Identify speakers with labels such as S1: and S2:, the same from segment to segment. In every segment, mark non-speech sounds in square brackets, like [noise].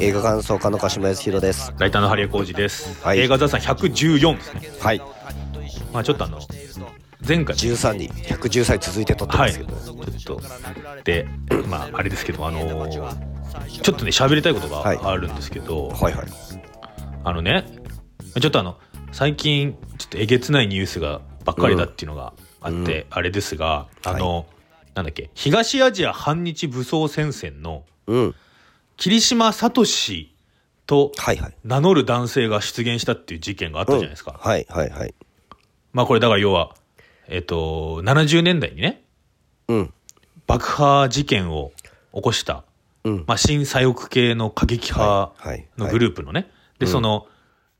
S1: 映画感想家の鹿島康弘です
S2: ライターの針江浩二です、
S1: はい
S2: 映画座さん114ですね
S1: はい
S2: まあちょっとあの前回
S1: 13に113歳続いて撮ってま
S2: はい
S1: す
S2: ち
S1: けど、
S2: ょっとでまああれですけどあのーちょっとね喋りたいこと
S1: はい
S2: があるんですけど、
S1: はい、はい
S2: あのねちょっとあの最近ちょっとえげつないニュースがばっかりだっていうのがあって、
S1: うんうん
S2: あれですがあの、なんだっけ東アジア反日武装戦線の
S1: うん
S2: 霧島聡と
S1: はいはい
S2: 名乗る男性が出現したっていう事件があったじゃないですか。
S1: うんはいはいはい
S2: まあこれだから要は、えっと、70年代にね、
S1: うん
S2: 爆破事件を起こした、
S1: うん
S2: まあ新左翼系の過激派
S1: はいはい
S2: のグループのね、で、その、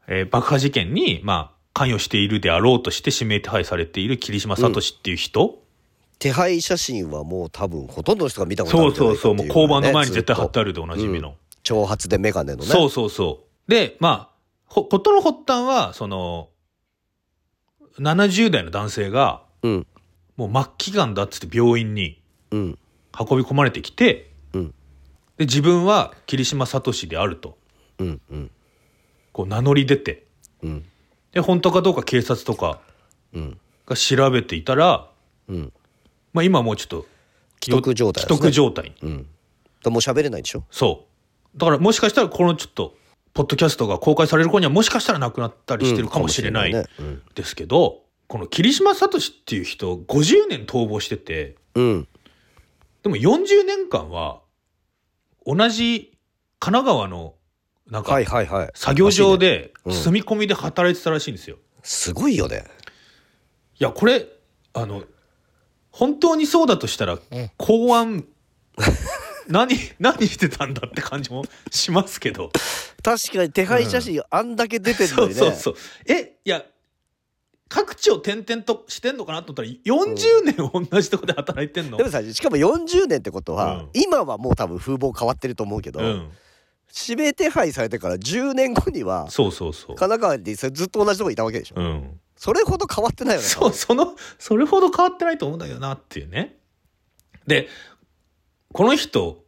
S2: えー爆破事件に、まあ、関与しているであろうとして指名手配されている霧島聡っていう人、
S1: 手配写真はもう多分ほとんどの人が見たことあ
S2: そ
S1: るん
S2: う
S1: じゃ
S2: そ
S1: な
S2: う
S1: いか
S2: そう、
S1: って
S2: もう
S1: い
S2: 交番の前に絶対貼ってあ
S1: る
S2: るでおなじみの。
S1: 長髪でメガネのね
S2: そうそうそう。で、まあ、ほ、ことの発端は、その、70代の男性が、
S1: うん
S2: もう末期がんだっつって病院に
S1: うん
S2: 運び込まれてきて、
S1: うん
S2: で自分は霧島聡であると
S1: うんうん
S2: こう名乗り出て
S1: うん
S2: で本当かどうか警察とか
S1: うん
S2: が調べていたら、
S1: うん
S2: まあ、今もうちょっと
S1: 既得状態です
S2: 既
S1: ね
S2: 得状態
S1: うんでもう喋れないでしょ
S2: そうだからもしかしたらこのちょっとポッドキャストが公開される頃にはもしかしたらなくなったりしてるかもしれな
S1: うん
S2: い
S1: かもしれないね
S2: ですけどこの霧島聡っていう人50年逃亡してて
S1: うん
S2: でも40年間は同じ神奈川のなんか
S1: はいはいはい
S2: 作業場
S1: らしいね
S2: で
S1: うん
S2: 住み込みで働いてたらしいんですよ。
S1: すごいよね
S2: いやこれあの本当にそうだとしたら公安 [laughs] 何何してたんだって感じもしますけど、
S1: 確かに手配写真あんだけ出てる
S2: そ
S1: の
S2: う
S1: に
S2: そう
S1: ね
S2: そうえいや各地を転々としてんのかなと思ったら40年同じとこで働いてんの、
S1: でもさしかも40年ってことは、
S2: うん
S1: 今はもう多分風貌変わってると思うけど、
S2: うん、
S1: 指名手配されてから10年後には
S2: そうそうそ
S1: 神、
S2: う
S1: 奈川にずっと同じとこにいたわけでしょ、
S2: うん、
S1: それほど変わってないよね
S2: そうそのそれほど変わってないと思うんだけどなっていうねでこの人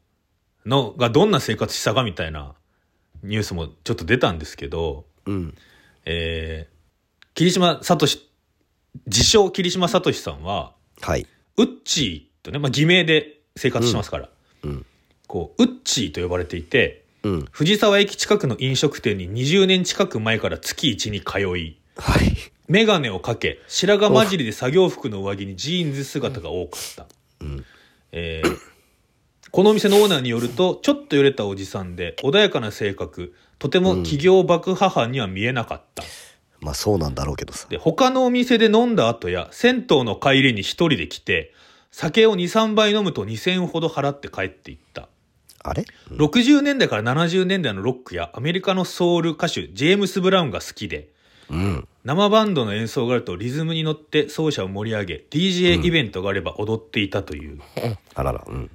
S2: のがどんな生活したかみたいなニュースもちょっと出たんですけど、
S1: うん
S2: えー霧島聡自称霧島聡さんは
S1: はい
S2: ウッチーとね、まあ、偽名で生活してますから、
S1: うんうん
S2: こうウッチーと呼ばれていて
S1: うん
S2: 藤沢駅近くの飲食店に20年近く前から月1に通い
S1: はい
S2: 眼鏡をかけ白髪混じりで作業服の上着にジーンズ姿が多かった、
S1: うん
S2: えーこのお店のオーナーによるとちょっと揺れたおじさんで穏やかな性格とても企業爆破犯には見えなかった、
S1: まあそうなんだろうけどさ
S2: で他のお店で飲んだ後や銭湯の帰りに一人で来て酒を23杯飲むと2,000円ほど払って帰っていった
S1: あれ、うん
S2: 60年代から70年代のロックやアメリカのソウル歌手ジェームス・ブラウンが好きで
S1: うん
S2: 生バンドの演奏があるとリズムに乗って奏者を盛り上げ DJ イベントがあれば踊っていたという、
S1: あららうん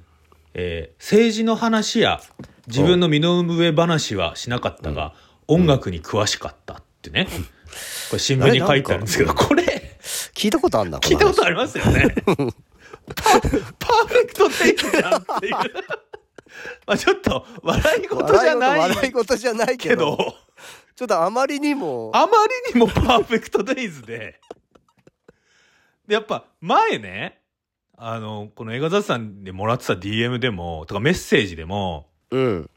S2: えー政治の話や自分の身の上話はしなかったが、音楽に詳しかったってね、これ新聞に書いてあるんですけどこれ
S1: 聞いたことあんな
S2: 聞いたこと
S1: あ
S2: ありますよね [laughs] パパーフェクトテイクじゃんっていう [laughs] まあちょっと笑い事じゃな
S1: 笑い
S2: い
S1: 事じゃないけ
S2: け
S1: ど
S2: ど
S1: ちょっとあまりにも
S2: あまりにもパーフェクトデイズで。で、やっぱ前ね、あの、この映画雑さんでもらってた DM でも、とかメッセージでも、
S1: うん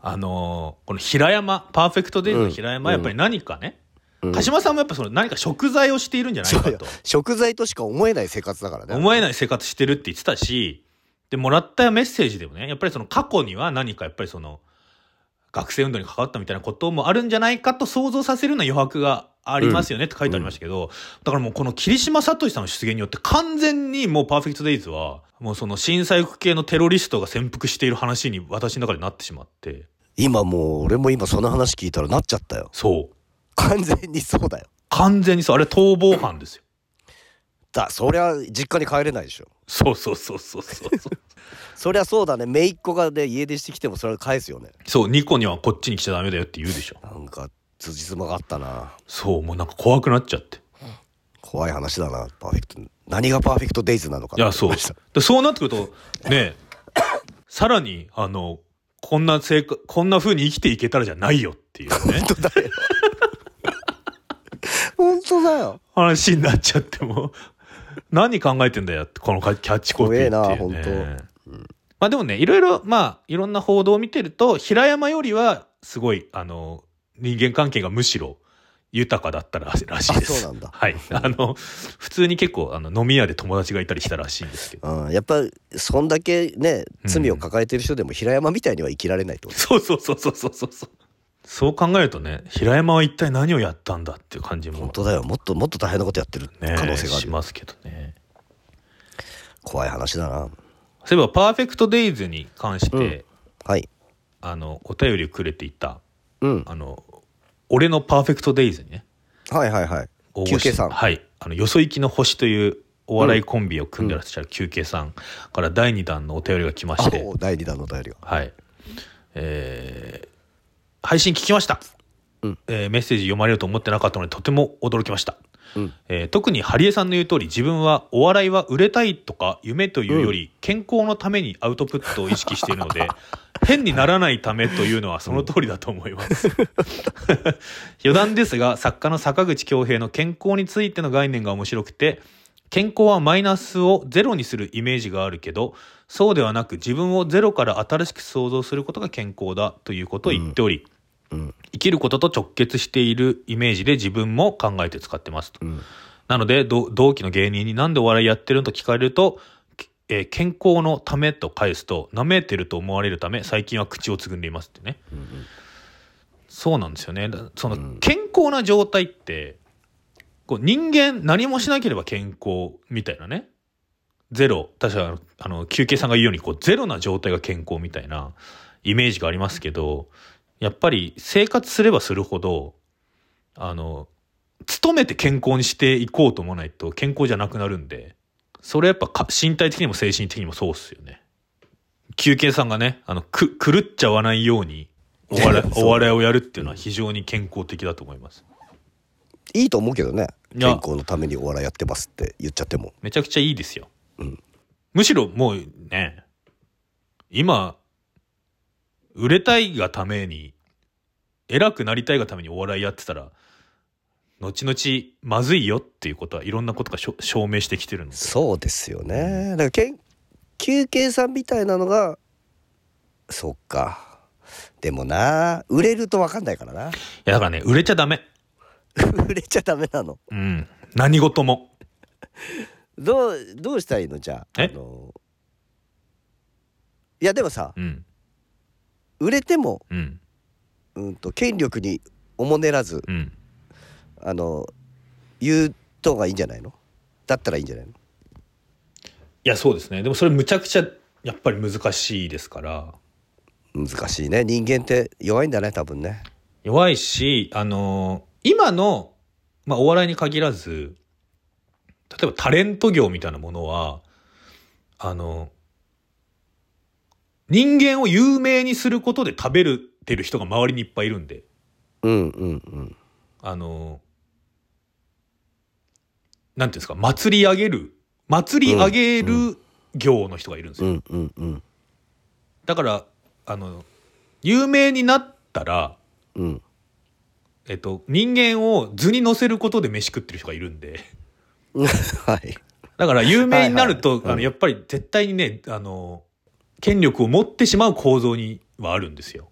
S2: あの、この平山、パーフェクトデイズの平山、
S1: うん
S2: やっぱり何かね、
S1: うん
S2: 鹿島さんもやっぱその何か食材をしているんじゃない
S1: そう
S2: か
S1: よ
S2: と。
S1: 食材としか思えない生活だからね
S2: 思えない生活してるって言ってたし、で、もらったメッセージでもね、やっぱりその過去には何かやっぱりその、学生運動に関わったみたいなこともあるんじゃないかと想像させるような余白がありますよねって書いてありましたけど、だからもうこの霧島聡さんの出現によって完全にもうパーフェクトデイズは、もうその震災区系のテロリストが潜伏している話に私の中でなってしまって、
S1: 今もう俺も今その話聞いたらなっちゃったよ
S2: そう。
S1: 完全にそうだよ
S2: 完全にそう、あれ逃亡犯ですよ。
S1: だそりゃ実家に帰れないでしょ
S2: そうそうそうそうそうそう。
S1: そりゃそうだね姪っ子がね家出してきてもそれは返すよね
S2: そう、ニコにはこっちに来ちゃダメだよって言うでしょ。
S1: なんか辻褄があったな
S2: そう、もうなんか怖くなっちゃって。
S1: 怖い話だなパーフェクト何がパーフェクトデイズなのか
S2: いや、そう。
S1: でした
S2: [coughs] でそうなってくると、ねえ、さらに、あの、こんな生活、こんな風に生きていけたらじゃないよっていう
S1: [laughs]
S2: ね、
S1: 本当だよ本当だよ
S2: 話になっちゃっても、 [laughs] 何考えてんだよって、このキャッチコピーっていう、
S1: 怖
S2: ね。
S1: えな本
S2: まあでもね、いろいろ、まあ、いろんな報道を見てると、平山よりは、すごい、あの、人間関係がむしろ、豊かだったららしいです。
S1: あそうなんだ
S2: はい。あの、普通に結構、あの、飲み屋で友達がいたりしたらしいんですけど。
S1: うん、やっぱそんだけね
S2: うん
S1: 罪を抱えてる人でも平山みたいには生きられないと思
S2: そうそうそうそうそうそうそう。そう考えるとね、平山は一体何をやったんだっていう感じ
S1: う本
S2: も、
S1: 当だよもっともっと大変なことやってる
S2: ね、
S1: 可能性があ
S2: し
S1: る、
S2: ますけどね。
S1: 怖い話だな
S2: そういえば、パーフェクトデイズに関して、
S1: うんはい
S2: あの、お便りをくれていた、
S1: うん
S2: あの、俺のパーフェクトデイズにね、
S1: はいはいはい
S2: 大
S1: 休
S2: 越
S1: 憩さん
S2: はい。あの、よそ行きの星というお笑いコンビを組んでらっしゃる休憩さんから第2弾のお便りが来まして、
S1: お第2弾のお便りが
S2: はい。えー配信聞きました、
S1: うん
S2: えーメッセージ読まれると思ってなかったので、とても驚きました。
S1: うん
S2: えー特にハリエさんの言う通り自分はお笑いは売れたいとか夢というより健康のためにアウトプットを意識している
S1: [laughs]
S2: ので変にならないためというのはその通りだと思います余談ですが作家の坂口恭平の健康についての概念が面白くて健康はマイナスをゼロにするイメージがあるけどそうではなく自分をゼロから新しく想像することが健康だということを言っており、
S1: うん
S2: 生きることと直結しているイメージで自分も考えて使ってますと。
S1: うん
S2: なので、ど同期の芸人になんでお笑いやってるのと聞かれると、けえー健康のためと返すと、舐めてると思われるため、最近は口をつぐんでいますってね。
S1: うんうん
S2: そうなんですよね。だその
S1: うん、
S2: 健康な状態って、こう人間何もしなければ健康みたいなね。ゼロ。確かあのあの、休憩さんが言うように、こう、ゼロな状態が健康みたいなイメージがありますけど、やっぱり生活すればするほど、あの、努めて健康にしていこうと思わないと健康じゃなくなるんで、それやっぱか身体的にも精神的にもそうっすよね。休憩さんがね、あの、く、狂っちゃわないように、お笑
S1: [laughs]
S2: い
S1: そう
S2: お笑いをやるっていうのは非常に健康的だと思います。
S1: いいと思うけどね
S2: いや
S1: 健康のためにお笑いやってますって言っちゃっても
S2: めちゃくちゃいいですよ。
S1: うん
S2: むしろもうね、今、売れたいがために、偉くなりたいがためにお笑いやってたら、後々まずいよっていうことはいろんなことがしょ証明してきてるので。
S1: そうですよねだからけん休憩さんみたいなのがそっかでもな売れると分かんないからな [laughs]
S2: いやだからね、売れちゃダメ。
S1: 売れちゃダメなの
S2: うん。何事も。
S1: どうどうしたらいいのじゃあ
S2: え
S1: あのいやでもさ
S2: うん。
S1: 売れても、
S2: うん。
S1: うん、と権力におもねらず
S2: うん。
S1: あの言うとがいいんじゃないのだったらいいんじゃないの
S2: いや、そうですね。でもそれむちゃくちゃ、やっぱり難しいですから。
S1: 難しいね人間って弱いんだね多分ね
S2: 弱いし、あのー今の、まあ、お笑いに限らず、例えばタレント業みたいなものは、あの人間を有名にすることで食べるてる人が周りにいっぱいいるんで、
S1: うんうんうん
S2: あのーなんていうんですか、祭り上げる、祭り上げる業の人がいるんですよ。
S1: うんうんうん
S2: だから、あの、有名になったら、
S1: うん
S2: えっと、人間を図に乗せることで飯食ってる人がいるんで。
S1: [laughs] はい
S2: だから有名になると、
S1: はいはい
S2: あのやっぱり絶対にね、あの、権力を持ってしまう構造にはあるんですよ。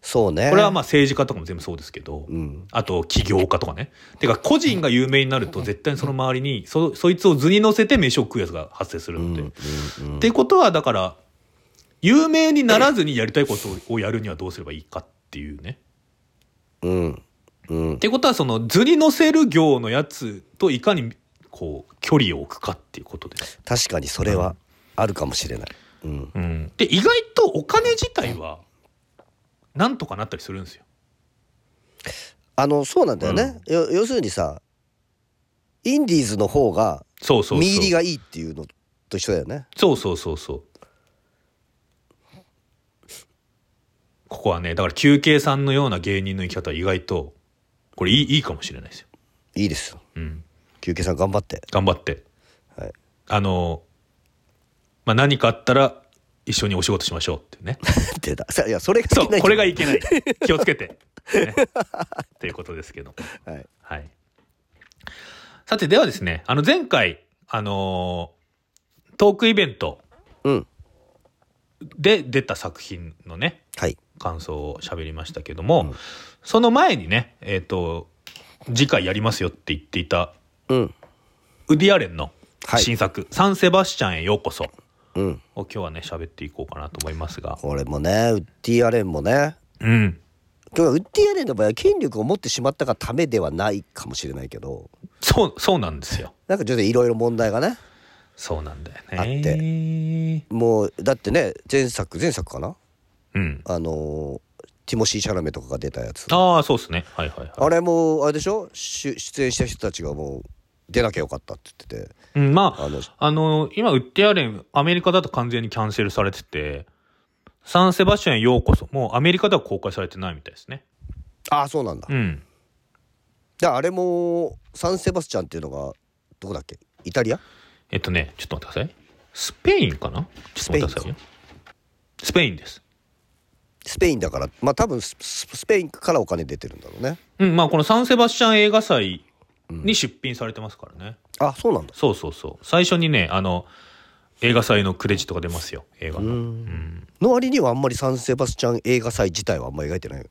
S1: そうね
S2: これはまあ政治家とかも全部そうですけど、
S1: うん
S2: あと起業家とかね。てか個人が有名になると絶対にその周りに、そ、そいつを図に乗せて飯を食うやつが発生する
S1: うん
S2: の
S1: う
S2: で。
S1: んうん
S2: ってことはだから、有名にならずにやりたいことをやるにはどうすればいいかっていうね。
S1: うんうん
S2: ってことはその図に乗せる行のやつといかにこう距離を置くかっていうことです。
S1: 確かにそれはあるかもしれないうん
S2: うん、で意外とお金自体はなんとかなったりするんですよ。
S1: あのそうなんだよね、よ要するにさインディーズの方が
S2: そうそうそう。
S1: 見入りがいいっていうのと一緒だよね
S2: そうそうそうそう。ここはねだから休憩さんのような芸人の生き方は意外とこれいいいいかもしれないですよ。
S1: いいですよ
S2: うん、
S1: 休憩さん頑張って [laughs]
S2: 頑張って。
S1: はい
S2: あの、まあ、何かあったら一緒にお仕事しましょうっ
S1: [laughs]
S2: ていうね。
S1: 出たさいやそれがいけ
S2: そ
S1: ないじゃ
S2: う、
S1: ん
S2: これがいけない。気をつけて。ね、ということですけど。
S1: はい
S2: はい。さて、ではですね、あの、前回、あのートークイベント
S1: うん
S2: で出た作品のね、
S1: はい
S2: 感想を喋りましたけども、その前にね、えっ、と、次回やりますよって言っていた、
S1: うん
S2: ウディアレンの
S1: はい
S2: 新作、サンセバスチャンへようこそ
S1: うん
S2: を今日はね、喋っていこうかなと思いますが。
S1: これもねウッディ・アレンもね
S2: うん。
S1: 今日ウッディ・アレンの場合は権力を持ってしまったがためではないかもしれないけど
S2: そう、そうなんですよ。
S1: なんかちょっといろいろ問題がね
S2: そうなんだよね。
S1: あってもうだってね前作前作かな
S2: うん。
S1: あのーティモシー・シャラメとかが出たやつ
S2: ああ、そうですね。はいはいは
S1: あれもあれでしょし出演した人たちがもう出なきゃよかったって言ってて
S2: い。うん、まあ、
S1: あの
S2: あの、今、ウッディアレン、アメリカだと完全にキャンセルされてて、サンセバスチャンへようこそ、もうアメリカでは公開されてないみたいですね。
S1: ああそうなんだ
S2: うん。
S1: であれもサンセバスチャンっていうのがどこだっけイタリア
S2: えっとね、ちょっと待ってください。スペインかなちょっと待ってくださいよ。スペインです。
S1: スペインだからまあ多分スススペインからお金出てるんだろうね
S2: うん、まあ、このサンセバスチャン映画祭に出品されてますからね。
S1: あそうなんだ
S2: そうそうそう。最初にね、あの、映画祭のクレジットが出ますよ、映画の。
S1: の割にはあんまりサンセバスチャン映画祭自体はあんまり描いてないよね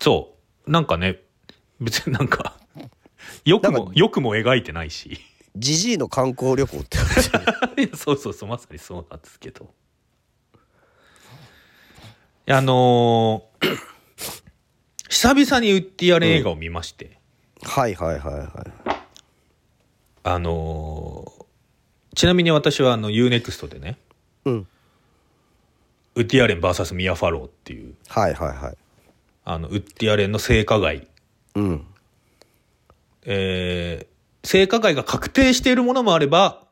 S2: そう。なんかね、別になんか、よく
S1: なん
S2: も、よくも描いてないし。
S1: ジジイの観光旅行って
S2: [laughs] いやそうそうそう、まさにそうなんですけど。いやあのー [clears throat] 久々にウッディアレン映画を見まして、
S1: はいはいはいはい
S2: あのーちなみに私はあの UNEXT でね、
S1: うん
S2: ウッディアレン VS ミア・ファローっていう、
S1: はいはいはい
S2: あの、ウッディアレンの性加害
S1: うん
S2: えー性加害が確定しているものもあれば、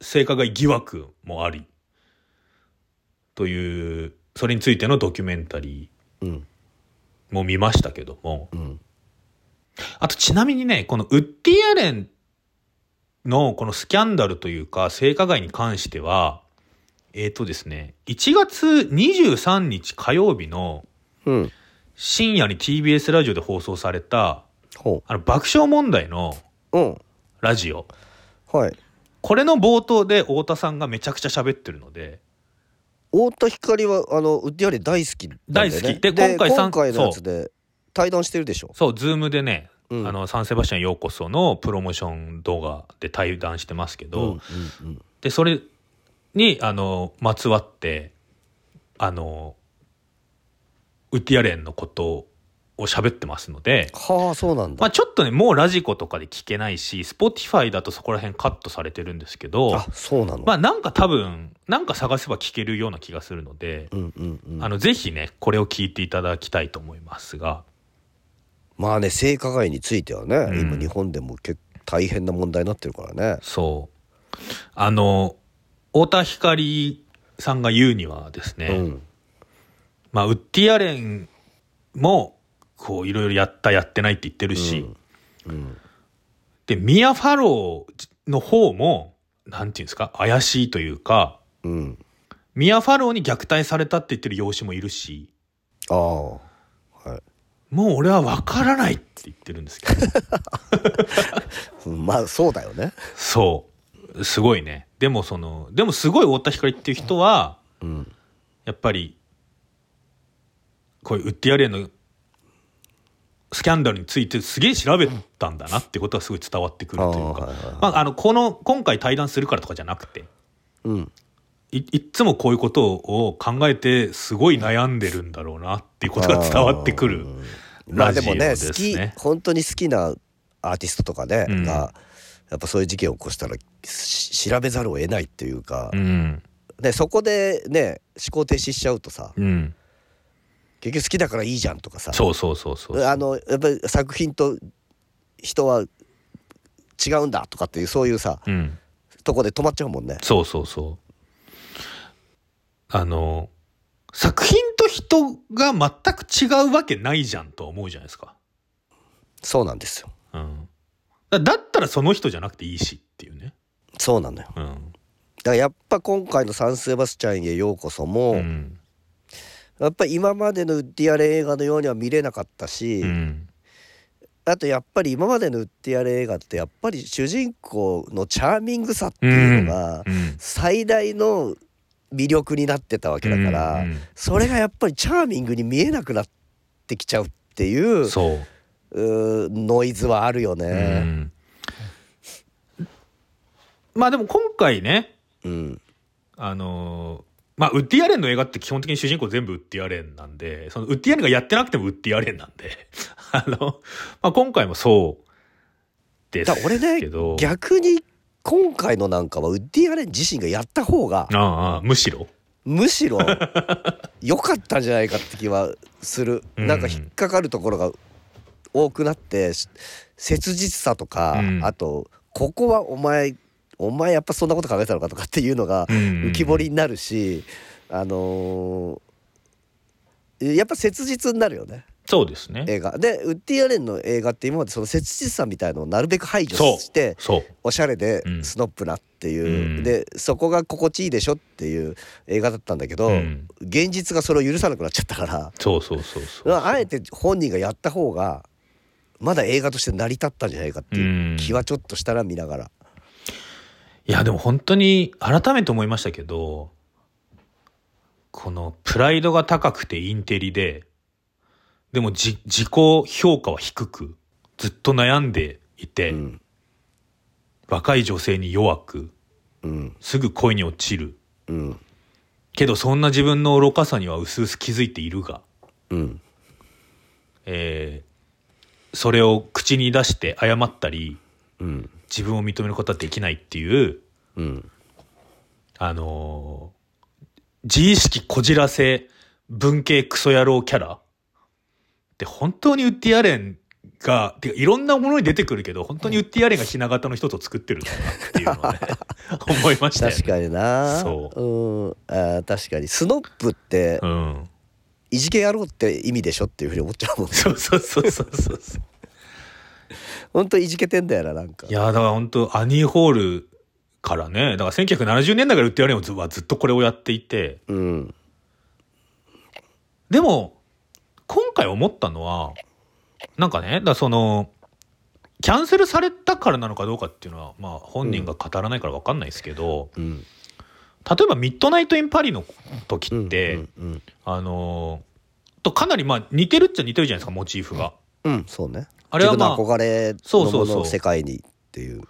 S2: 性加害疑惑もあり、という、それについてのドキュメンタリ
S1: うん
S2: ーも見ましたけども、
S1: うん
S2: あとちなみにね、このウッディアレンのこのスキャンダルというか、性加害に関しては、えっ、とですね、1月23日火曜日の
S1: うん
S2: 深夜に TBS ラジオで放送された、
S1: ほ
S2: あの爆笑問題の
S1: ううん
S2: ラジオ、
S1: はい
S2: これの冒頭で太田さんがめちゃくちゃ喋ってるので、
S1: 太田光はあのウッディアレン大好きなんだよね
S2: 大好きで今回さん
S1: 今回のやつで対談してるでしょ
S2: そう、ズームでね、
S1: うん
S2: あの、サンセバスチャンようこそのプロモーション動画で対談してますけ
S1: う
S2: ど、
S1: んうんうん
S2: で、それに、あの、まつわって、あの、ウッディアレンのことを喋ってますので、
S1: はあそうなんだ、
S2: まあちょっとね、もうラジコとかで聞けないし、Spotify だとそこら辺カットされてるんですけど
S1: あ、そうなの、
S2: まあなんか多分、なんか探せば聞けるような気がするので、
S1: うんうんうん
S2: あの、ぜひね、これを聞いていただきたいと思いますが、
S1: まあね性加害についてはね、
S2: ん
S1: 今日本でも結構大変な問題になってるからね
S2: そう。あの、太田光さんが言うにはですね、
S1: うん
S2: まあ、ウッディアレンも、こう、いろいろやった、やってないって言ってるし、
S1: うん
S2: で、ミア・ファローの方も、なんていうんですか、怪しいというか、
S1: うん
S2: ミア・ファローに虐待されたって言ってる養子もいるし、
S1: ああはい
S2: もう俺は分からないって言ってるんですけど、
S1: うんまあそうだよね
S2: そう。すごいね。でもその、でもすごい太田光っていう人は、
S1: うん
S2: やっぱり、こういうウッディアレンのスキャンダルについてすげえ調べたんだなってことがすごい伝わってくるという
S1: あーはいはいは
S2: か
S1: い、
S2: まあ、あの、この、今回対談するからとかじゃなくて、
S1: うん
S2: い、いっつもこういうことを考えて、すごい悩んでるんだろうなっていうことが伝わってくる
S1: まあ
S2: ラ
S1: で
S2: ジ
S1: も
S2: オ
S1: ね
S2: です
S1: 好き
S2: ね。
S1: 本当に好きなアーティストとかね、
S2: うん
S1: がやっぱそういう事件を起こしたらし調べざるを得ないっていうか、
S2: うん。
S1: でそこでね思考停止しちゃうとさ
S2: うん。
S1: 結局好きだからいいじゃんとかさ
S2: そうそうそうそう。
S1: あのやっぱり作品と人は違うんだとかっていうそういうさ
S2: うん。
S1: とこで止まっちゃうもんね。
S2: そうそうそう。あの、作品と人が全く違うわけないじゃんとは思うじゃないですか。
S1: そうなんですよ。
S2: うん。だだったらその人じゃなくていいしっていうね。
S1: そうなのよ。
S2: うん。
S1: からやっぱ今回の「サン・セバスチャンへようこそも」
S2: うん
S1: やっぱり今までのウッディ・アレン映画のようには見れなかったし、
S2: うん
S1: あとやっぱり今までのウッディ・アレン映画ってやっぱり主人公のチャーミングさっていうのが
S2: うん
S1: 最大の魅力になってたわけだから、
S2: うんうん
S1: それがやっぱりチャーミングに見えなくなってきちゃうっていう
S2: そう
S1: うーノイズはあるよ
S2: う
S1: ね。
S2: んまあでも今回ね
S1: うん
S2: あのーまあウッディ・アレンの映画って基本的に主人公全部ウッディ・アレンなんでそのウッディ・アレンがやってなくてもウッディ・アレンなんで [laughs] あの、まあ、今回もそうです
S1: だから俺ね
S2: けど
S1: 逆に今回のなんかはウッディ・アレン自身がやった方が
S2: ああああむしろ
S1: むしろ良かったんじゃないかって気はする、
S2: うん
S1: なんか引っかかるところが多くなってし切実さとか、
S2: うん
S1: あとここはお前お前やっぱそんなこと考えたのかとかっていうのが浮
S2: 浮
S1: き彫りになるし、あのーやっぱ切実になるよね
S2: そうですね
S1: 映画でウッディ・アレンの映画って今までその切実さみたいのをなるべく排除
S2: そう
S1: して
S2: そう
S1: おしゃれで
S2: うん
S1: スノップなっていう、
S2: うん
S1: でそこが心地いいでしょっていう映画だったんだけど、
S2: うん
S1: 現実がそれを許さなくなっちゃったから
S2: そうそうそうそう
S1: まああえて本人がやった方がまだ映画として成り立ったんじゃないかっていう気はちょっとしたら見ながら、
S2: いやでも本当に改めて思いましたけどこのプライドが高くてインテリででもじ自己評価は低くずっと悩んでいて、
S1: うん
S2: 若い女性に弱く
S1: うん
S2: すぐ恋に落ちる
S1: うん
S2: けどそんな自分の愚かさには薄々気づいているが、
S1: うん
S2: えーそれを口に出して謝ったり
S1: うん
S2: 自分を認めることはできないっていう
S1: うん
S2: あのー自意識こじらせ、文系クソ野郎キャラって本当にウッディアレンが、てかいろんなものに出てくるけど、本当にウッディアレンがひな形の一つを作ってるんだなっていうのはね、思いましたよ、ね。
S1: 確かにな、
S2: そう
S1: ん、あー確かにスノップって
S2: うん。
S1: いじけ野郎って意味でしょっていうふうに思っちゃうもんね [laughs]
S2: そうそうそうそうそうそう。
S1: ほんといじけてんだよななんか
S2: いやーだから本当アニーホールからね、だから1970年代からウッディアレンはずはずっとこれをやっていて、
S1: うん
S2: でも、今回思ったのは、なんかね、だからその、キャンセルされたからなのかどうかっていうのは、まあ本人が語らないから分かんないですけど、
S1: うん
S2: 例えばミッドナイト・イン・パリの時って、
S1: うんうん
S2: あのーとかなりまあ似てるっちゃ似てるじゃないですか、モチーフが。
S1: うん、うん、そうね
S2: あれは
S1: 自分
S2: ま
S1: の憧
S2: あ、
S1: れ
S2: そう
S1: の
S2: そ
S1: も
S2: うそう
S1: のの世界にっていう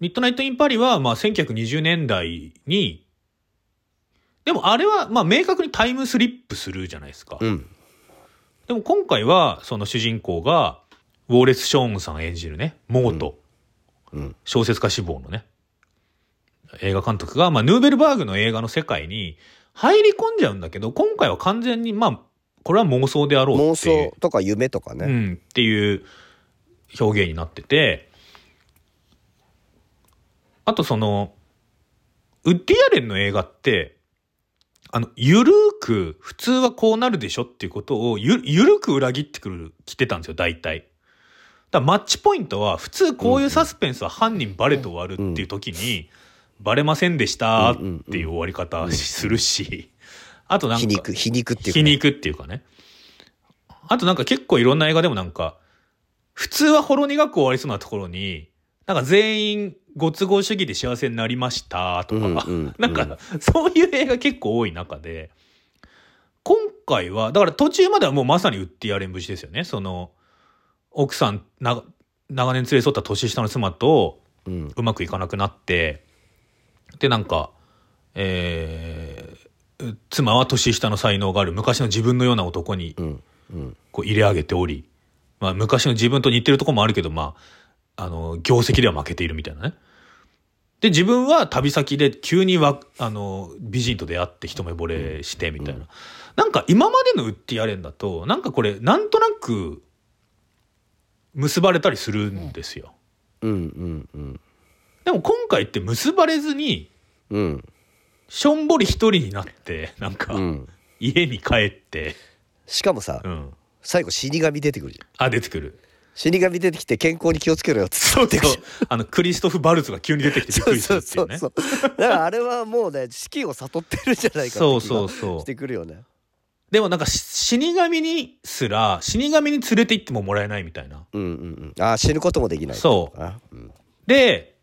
S2: ミッドナイト・イン・パリはまあ1920年代に、でもあれはまあ明確にタイムスリップするじゃないですか。
S1: うん
S2: でも今回は、その主人公が、ウォーレス・ショーンさん演じるね、モート、
S1: うん
S2: 小説家志望のね、映画監督が、まあ、ヌーベルバーグの映画の世界に入り込んじゃうんだけど、今回は完全に、まあ、これは妄想であろう
S1: 妄
S2: っていう
S1: 想、とか夢とか
S2: う
S1: ね、
S2: ん、っていう表現になってて、あとその、ウッディ・アレンの映画って、あの、ゆるーく、普通はこうなるでしょっていうことをゆ、ゆるく裏切ってくる、来てたんですよ、大体。だからマッチポイントは、普通こういうサスペンスは犯人バレて終わるっていう時に、バレませんでしたっていう終わり方するし、あとなんか、
S1: 皮肉皮肉っていうか
S2: 皮肉っていうかね。あとなんか結構いろんな映画でもなんか、普通はほろ苦く終わりそうなところに、なんか全員ご都合主義で幸せになりましたとか、
S1: うんうんうん
S2: [laughs] なんかそういう映画結構多い中で、今回は、だから途中まではもうまさにウッディアレン節ですよね。その、奥さん、な長年連れ添った年下の妻と、
S1: うん
S2: うまくいかなくなってでなんか、えー妻は年下の才能がある昔の自分のような男に
S1: うんうん
S2: こう入れ上げており、まあ、昔の自分と似てるとこもあるけど、まあ、あの業績では負けているみたいなね。で自分は旅先で急にわあの美人と出会って一目惚れしてみたいな、なんか今までのウッディアレンだとなんかこれなんとなく結ばれたりするんですよ。
S1: うんうん
S2: でも今回って結ばれずに
S1: うん
S2: しょんぼり一人になってなんか
S1: うん
S2: 家に帰って、
S1: しかもさ、
S2: うん、
S1: 最後死神出てくるじ
S2: あ出てくる
S1: 死神出てきて健康に気をつけろよっつ
S2: そう
S1: って
S2: そう。あの、クリストフ・バルツが急に出てきてびっくりするっていうね。
S1: そうそうそうだからあれはもうね四季を悟ってるんじゃないかって気が
S2: そうそうそ
S1: し
S2: う。
S1: てくるよね
S2: でもなんかし死神にすら、死神に連れて行ってももらえないみたいな。
S1: うんうんうんあー死ぬこともできない
S2: そう
S1: あうん
S2: で、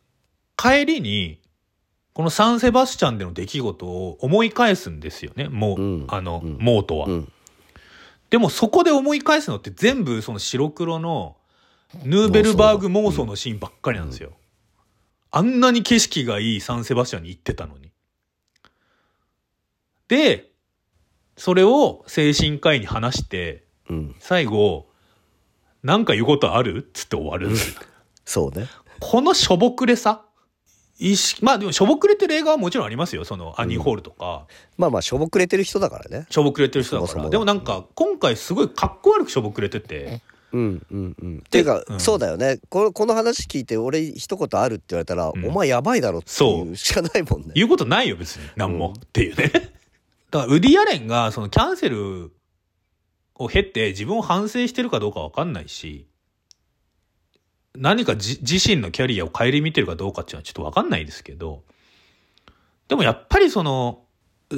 S2: 帰りに、このサンセバスチャンでの出来事を思い返すんですよね。もう、
S1: うん
S2: あの、
S1: うん
S2: モートは。
S1: うん
S2: でもそこで思い返すのって全部その白黒のヌーベルバーグ妄想のシーンばっかりなんですよ。あんなに景色がいいサンセバスチャンに行ってたのに。で、それを精神科医に話して、
S1: うん
S2: 最後、なんか言うことあるっつって終わるんですよ。
S1: そうね
S2: このしょぼくれさ。意識まあでもしょぼくれてる映画はもちろんありますよ。そのアニーホールとか、
S1: まあまあしょぼくれてる人だからね
S2: しょぼくれてる人だから。
S1: そもそもが
S2: でもなんか今回すごいかっこ悪くしょぼくれてて。
S1: うんうんうんっていうか、
S2: うん
S1: そうだよねこのこの話聞いて俺一言あるって言われたら、
S2: ん
S1: お前やばいだろって
S2: そ
S1: いううしかないもんね
S2: 言うことないよ別に何も、
S1: うん
S2: っていうね [laughs] だからウディ・アレンがそのキャンセルを経て自分を反省してるかどうか分かんないし何かじ自身のキャリアを顧みてるかどうかっていうのはちょっと分かんないですけどでもやっぱりその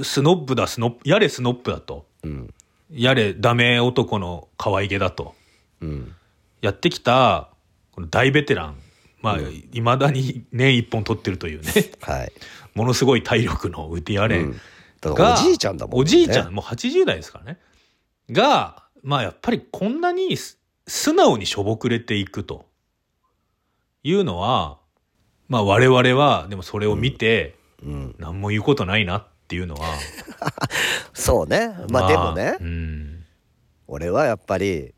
S2: スノップだスノップやれスノップだと
S1: うん
S2: やれダメ男の可愛げだと
S1: うん
S2: やってきたこの大ベテランまあいま、未だに年一本取ってると [laughs] いうね
S1: はい
S2: ものすごい体力のウディ・アレン、
S1: うんだからおじいちゃんだもんね
S2: おじいちゃん、もう80代ですからね。が、まあやっぱりこんなにす素直にしょぼくれていくというのは、まあ我々は、でもそれを見て、
S1: うん
S2: 何も言うことないなっていうのは。
S1: そうね [laughs] まあでもね、
S2: うん。
S1: 俺はやっぱり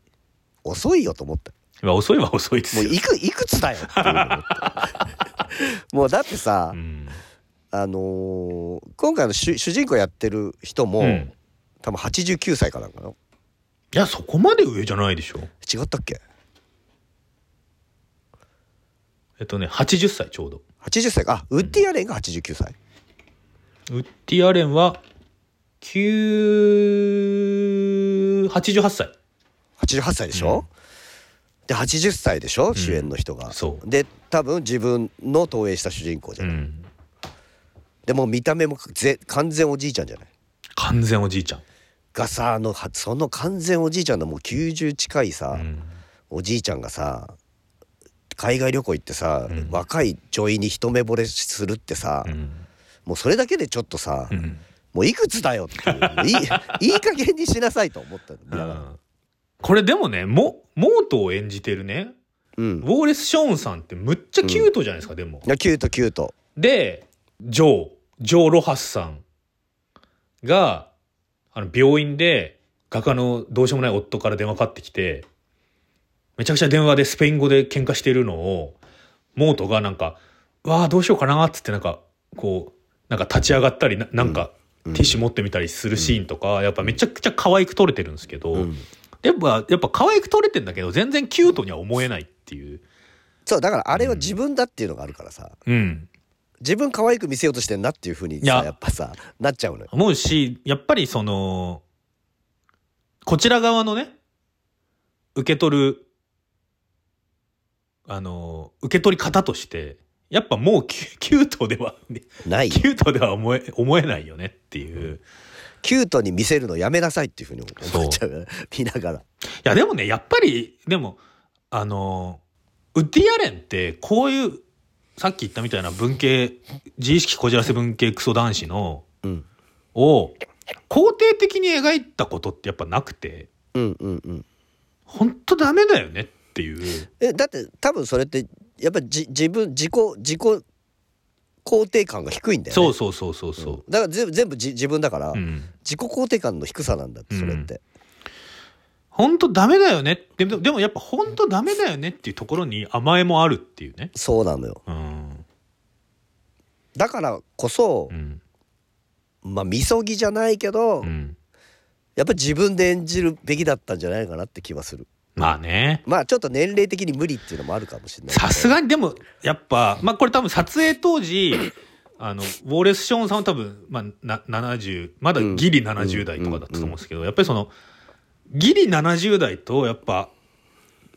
S1: 遅いよと思った
S2: まあ遅いは遅いです
S1: もう
S2: よ。
S1: いくいくつだよっていうの思
S2: [laughs]
S1: ったもうだってさ、
S2: うん。
S1: あのー今回の主主人公やってる人も、
S2: うん
S1: 多分89歳かなんかの
S2: いや、そこまで上じゃないでしょ。
S1: 違ったっけ
S2: えっとね、80歳ちょうど。
S1: 80歳かあウッディ・アレンが89歳、
S2: ウッディ・アレンは、9、88歳。
S1: 88歳でしょ、で80歳でしょ主演の人が、
S2: そう
S1: で多分自分の投影した主人公じ
S2: う
S1: ゃない、
S2: ん。
S1: でもう見た目もぜ完全おじいちゃんじゃない
S2: 完全おじいちゃん。
S1: がさあのはその完全おじいちゃんのもう90近いさ、
S2: うん
S1: おじいちゃんがさ海外旅行行ってさ、若い女医に一目惚れするってさ、
S2: うん。
S1: もうそれだけでちょっとさ、
S2: うん。
S1: もういくつだよっていうい
S2: [laughs]
S1: いいい加減にしなさいと思ったの見ながら
S2: これでもねモモートを演じてるね
S1: うん
S2: ウォーレス・ショーンさんってむっちゃキュートじゃないですか、でも
S1: いやキュートキュート
S2: でジョージョー・ロハスさんがあの病院で画家のどうしようもない夫から電話かかってきてめちゃくちゃ電話でスペイン語で喧嘩してるのをモートがなんか「わあどうしようかな」っつってなんかこうなんか立ち上がったりななんかティッシュ持ってみたりするシーンとか、やっぱめちゃくちゃ可愛く撮れてるんですけど、
S1: ん
S2: やっぱやっぱ可愛く撮れてんだけど全然キュートには思えないっていう。
S1: そうだからあれは自分だっていうのがあるからさ、
S2: うん
S1: 自分可愛く見せようとしてんなっていうふうにさ
S2: いや
S1: やっぱさなっちゃうのよ
S2: 思うし、やっぱりその、こちら側のね、受け取る、あの、受け取り方として、やっぱもうキュキュートでは、
S1: ない
S2: キュートでは思え、思えないよねっていう。
S1: キュートに見せるのやめなさいっていうふうに思っち
S2: そ
S1: ゃうよね [laughs] 見ながら
S2: いや、でもね、やっぱり、でも、あの、ウッディ・アレンって、こういう、さっき言ったみたいな文系、自意識こじらせ文系クソ男子の、
S1: うん
S2: を、肯定的に描いたことってやっぱなくて、
S1: うんうんうん
S2: 本当ダメだよねっていう。
S1: えだって多分それってやっぱじ自分自己自己肯定感が低いんだよね
S2: そうそうそうそうそ
S1: だから全部全部じ自分だから、
S2: う。うん。
S1: 自己肯定感の低さなんだってそれって、
S2: 本当ダメだよねって、でもでもやっぱ本当ダメだよねっていうところに甘えもあるっていうね。
S1: そうなのよ
S2: うん。
S1: だからこそ
S2: う、ん。
S1: まあみそぎじゃないけど、
S2: うん。
S1: やっぱり自分で演じるべきだったんじゃないかなって気はする
S2: まあね。
S1: まあちょっと年齢的に無理っていうのもあるかもしれないけど
S2: さすがにでもやっぱまあこれ多分撮影
S1: [clears throat]
S2: 当時あのウォーレス・ショーンさんは多分、まあ、な70まだギリ70代とかだったと思うんですけど、やっぱりそのギリ70代とやっぱ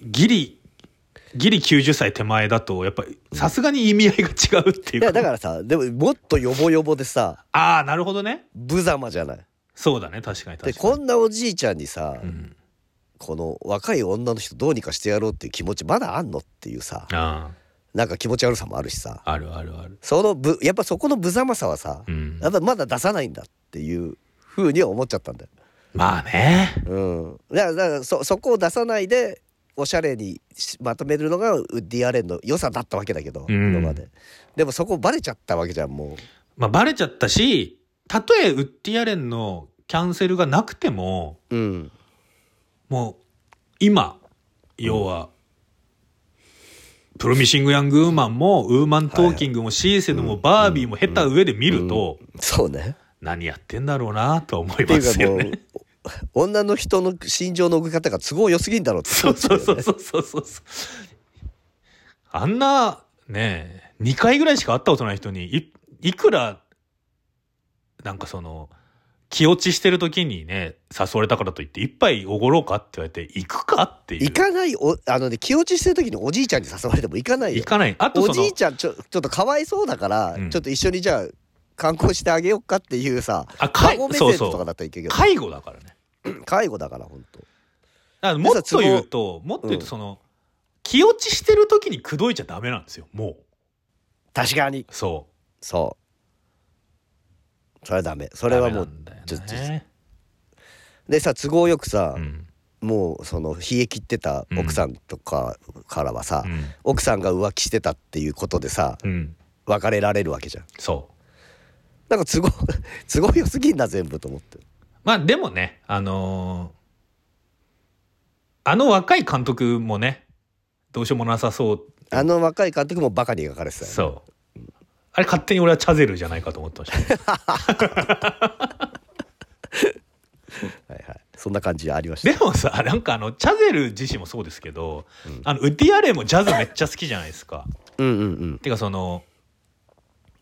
S2: ギリギリ90歳手前だとやっぱりさすがに意味合いが違うっ
S1: い
S2: てい
S1: う
S2: か
S1: やだからさでももっとヨボヨボでさ
S2: ああなるほどね
S1: 無様じゃない
S2: そうだね確かに
S1: で
S2: 確か
S1: こ
S2: に
S1: んなおじいちゃんにさ、
S2: うん、
S1: この若い女の人どうにかしてやろうっていう気持ちまだあんのっていうさ
S2: あ
S1: なんか気持ち悪さもあるしさ
S2: ああるあるある
S1: そのぶやっぱそこの無様さはさ、
S2: うん
S1: やっぱまだ出さないんだっていうふうには思っちゃったんだよ。
S2: まあね
S1: うん、だからだからそそこを出さないでおしゃれにしまとめるのがウッディ・アレンの良さだったわけだけど、
S2: うん
S1: 今まででもそこバレちゃったわけじゃんも
S2: まあバレちゃったしたとえウッディアレンのキャンセルがなくても
S1: う、うん、
S2: もう今要は、プロミシング・ヤング・ウーマンもウーマントーキングもシーセドもバービーも下手上で見ると
S1: そうね
S2: 何やってんだろうなとは思い
S1: ってい
S2: ま
S1: う
S2: す
S1: か
S2: よ
S1: もう、
S2: ね。
S1: [laughs] 女の人の心情の動き方が都合良すぎんだろうって
S2: [laughs] そうそうそうそうそうそう。あんな、ねえ、2回ぐらいしか会ったことない人に、い、いくら、なんかその、気落ちしてる時にね、誘われたからといって、一杯おごろうかって言われて、行くかっていう。
S1: 行かないおあのね気落ちしてる時におじいちゃんに誘われても行かないよ
S2: 行かない。あと
S1: お
S2: その
S1: じい、ちゃんちょちょっとかわいそうだから、
S2: うん
S1: ちょっと一緒にじゃあ観光してあげようかっていうさ
S2: あ、介
S1: 孫目
S2: そう
S1: 線
S2: そ
S1: とかだ
S2: う。
S1: ったらいけるけど
S2: 介護だからね。
S1: 介護だから本当
S2: だからもっと言う
S1: で
S2: と、もっと言うと
S1: うん
S2: その、気落ちしてる時に口説いちゃダメなんですよ、もう。
S1: 確かに
S2: そ。
S1: そうそれはダメそうれはも
S2: ダ
S1: う
S2: メなんだよね
S1: ちょっとでさ都合よくさ
S2: う、ん。
S1: もうその冷え切ってた奥さんとかからはさ、
S2: うん。
S1: 奥さんが浮気してたっていうことでさ
S2: うん。
S1: 別れられるわけじゃん
S2: そう。
S1: なんか都合 [laughs] 都合良すぎんな全部と思って
S2: まあでもね、あのーあの若い監督もね、どうしようもなさそう。
S1: あの若い監督もバカに描かれてたよね
S2: そう。あれ勝手に俺はチャゼルじゃないかと思ってま [laughs] した。
S1: はいはいそんな感じありました
S2: でもさ、なんかあの、チャゼル自身もそうですけど、
S1: うん
S2: あの、ウッディアレンもジャズめっちゃ好きじゃないですか。
S1: うんうんうん
S2: てかその、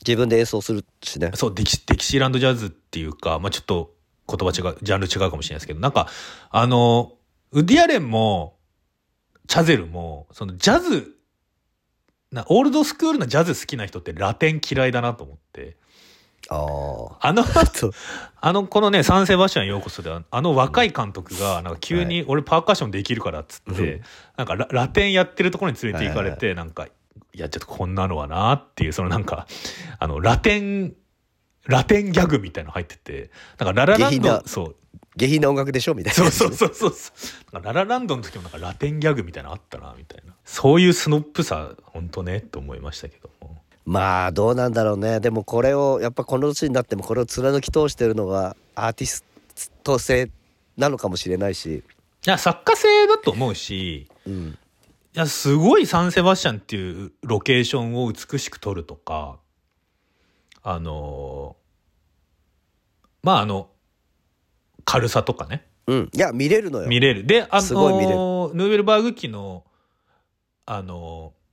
S1: 自分で演奏するしね
S2: そうディキディキシーランドジャズっていうか、まあ、ちょっと言葉違うジャンル違うかもしれないですけどなんかあのウッディ・アレンもチャゼルもそのジャズなオールドスクールのジャズ好きな人ってラテン嫌いだなと思って
S1: ああ
S2: あの
S1: そう
S2: あのこのね「サン・セバスチャンようこそ」ではあの若い監督がなんか急に「俺パーカッションできるから」っつって、
S1: うん
S2: なんかララテンやってるところに連れて行かれて、なんかいやちょっとこんなのはなっていうそのなんかあのラテンラテンギャグみたいの入っててなんかラララ
S1: 下
S2: ン
S1: 品
S2: ド
S1: な
S2: そう
S1: 下品な音楽でしょみたいな
S2: そうそうそうそうなんかララランドの時もなんかラテンギャグみたいなのあったなみたいなそういうスノップさ本当ねと思いましたけども
S1: [laughs] まあどうなんだろうねでもこれをやっぱこの年になってもこれを貫き通してるのがアーティスト性なのかもしれないし、
S2: いや作家性だと思うし
S1: うん、
S2: いや、すごいサンセバスチャンっていうロケーションを美しく撮るとか、あのーまあ、あの、軽さとかね、
S1: うん、いや見れるのよ
S2: 見れる。で、あのー
S1: すごい見れる
S2: ヌーベルバーグ期の、あのー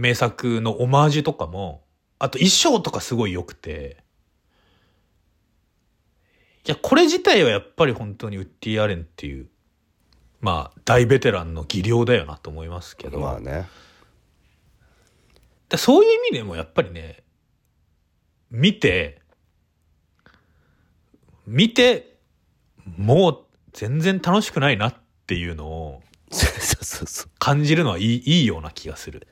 S2: 名作のオマージュとかも、あと衣装とかすごい良くて、いや、これ自体はやっぱり本当にウッディ・アレンっていう、まあ、大ベテランの技量だよなと思いますけど。
S1: まあね
S2: だそういう意味でもやっぱりね、見て、見て、もう全然楽しくないなっていうのを
S1: [laughs] そうそうそう
S2: 感じるのはいいいいような気がする。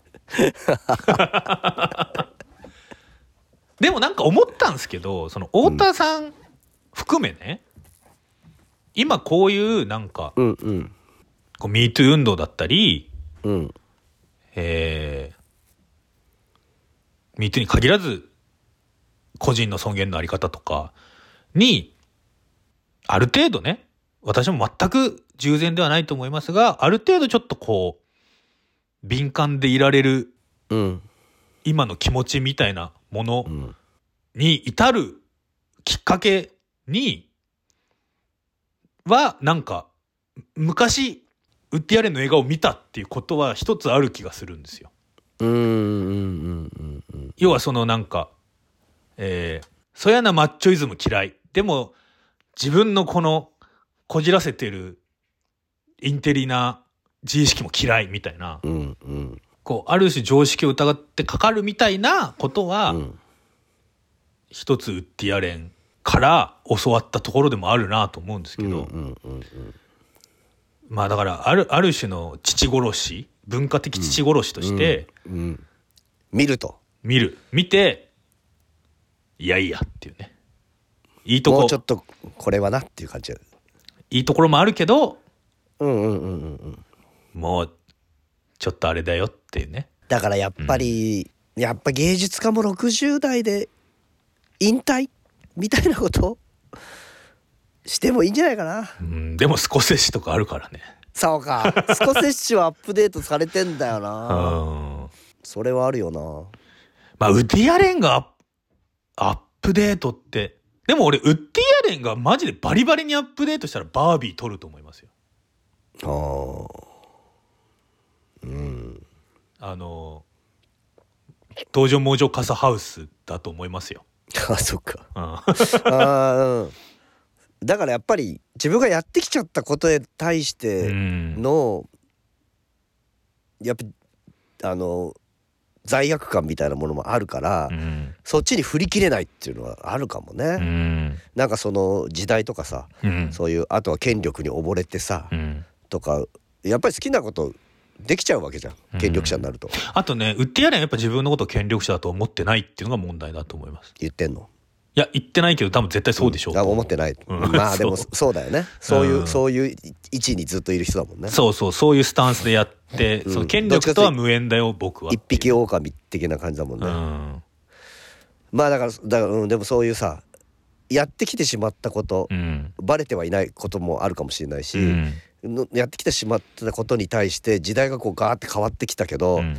S2: でもなんか思ったんですけど、その太田さん含めね、今こういうなんか、
S1: うんうん
S2: こう MeToo 運動だったり、
S1: うん
S2: えー、ミートに限らず、個人の尊厳のあり方とかに、ある程度ね、私も全く従前ではないと思いますが、ある程度ちょっとこう、敏感でいられる
S1: うん
S2: 今の気持ちみたいなもの
S1: うん
S2: に至るきっかけに、は、なんか、昔、ウッディアレンの映画を見たっていうことは一つある気がするんですよ。
S1: うんうんうんうん
S2: 要はそのなんか、えー、そやなマッチョイズム嫌い。でも、自分のこの、こじらせてる、インテリな自意識も嫌いみたいな、
S1: うんうん
S2: こう、ある種常識を疑ってかかるみたいなことは、
S1: ん
S2: 一つウッディアレンから教わったところでもあるなと思うんですけ
S1: うん
S2: ど、
S1: うんうん
S2: まあだからある、ある種の父殺し、文化的父殺しとして
S1: うん見ると
S2: 見る、見て、いやいやっていうね。いいと
S1: も
S2: こ
S1: うちょ、っとこれはなっていう感じ
S2: いいところもあるけど、
S1: うんうんうんうんうん
S2: もう、ちょっとあれだよっていうね。
S1: だからやっぱり、やっぱ芸術家も60代で引退みたいなことしてもいいんじゃないかな
S2: うん、でもスコセッシとかあるからね。
S1: そうかスコセッシュはアップデートされてんだよ
S2: う。
S1: なんそれはあるよな
S2: まあ、ウッディアレンがアップアップデートって。でも俺、ウッディアレンがマジでバリバリにアップデートしたらバービー取ると思いますよ。
S1: あーうん
S2: あの、登場猛上傘ハウスだと思いますよ。
S1: あそっか
S2: うん。
S1: あーうんだからやっぱり自分がやってきちゃったことに対し
S2: う
S1: て
S2: ん
S1: の、やっぱあの罪悪感みたいなものもあるから、
S2: うん。
S1: そっちに振り切れないっていうのはあるかもね、
S2: うん。
S1: なんかその時代とかさ
S2: うん。
S1: そういうあとは権力に溺れてさ、
S2: うん
S1: とかやっぱり好きなことできちゃうわけじゃん権力者になると、
S2: あとね、ウッディアレンはやっぱ自分のことを権力者だと思ってないっていうのが問題だと思います。
S1: 言ってんの
S2: いや、言ってないけど多分絶対そうでしょうと
S1: あ
S2: 思う。
S1: 思ってない、
S2: うん
S1: まあでも
S2: そ
S1: そううだよねそういう、
S2: うん
S1: そういう位置にずっといる人だもんね
S2: そうそう、そういうスタンスでやって、
S1: うん
S2: その権力とは無縁だよ、僕は。
S1: 一匹狼的な感じだもん
S2: う
S1: ね、
S2: ん。
S1: まあだからだから、うん、でもそういうさやってきてしまったこと、
S2: うん。
S1: バレてはいないこともあるかもしれないし、
S2: うん
S1: のやってきてしまったことに対して時代がこうガーって変わってきたけど、
S2: うん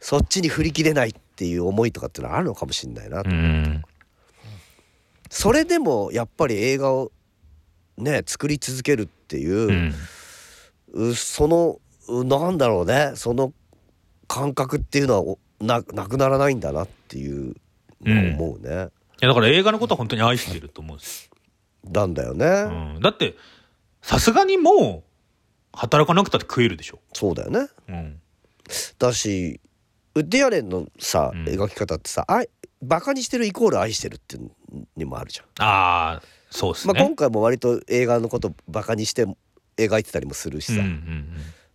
S1: そっちに振り切れないっていう思いとかっていうのはあるのかもしれないな、
S2: うん。
S1: それでもやっぱり映画をね作り続けるって
S2: う
S1: いう、
S2: ん。
S1: うそのうなんだろうねその感覚っていうのはおななくならないんだなっていうのを思うね、
S2: いやだから映画のことは本当に愛してると思うんです、
S1: なんだよね、
S2: うん、だってさすがにもう働かなくたって食えるでしょ、
S1: そうだよね
S2: うん、
S1: だしウッディアレンのさ、
S2: うん
S1: 描き方ってさあバカにしてるイコール愛してるっていうのにもあるじゃん、
S2: ああそうです
S1: ま
S2: ね、
S1: あ、今回も割と映画のことバカにして描いてたりもするしさ、
S2: うんうん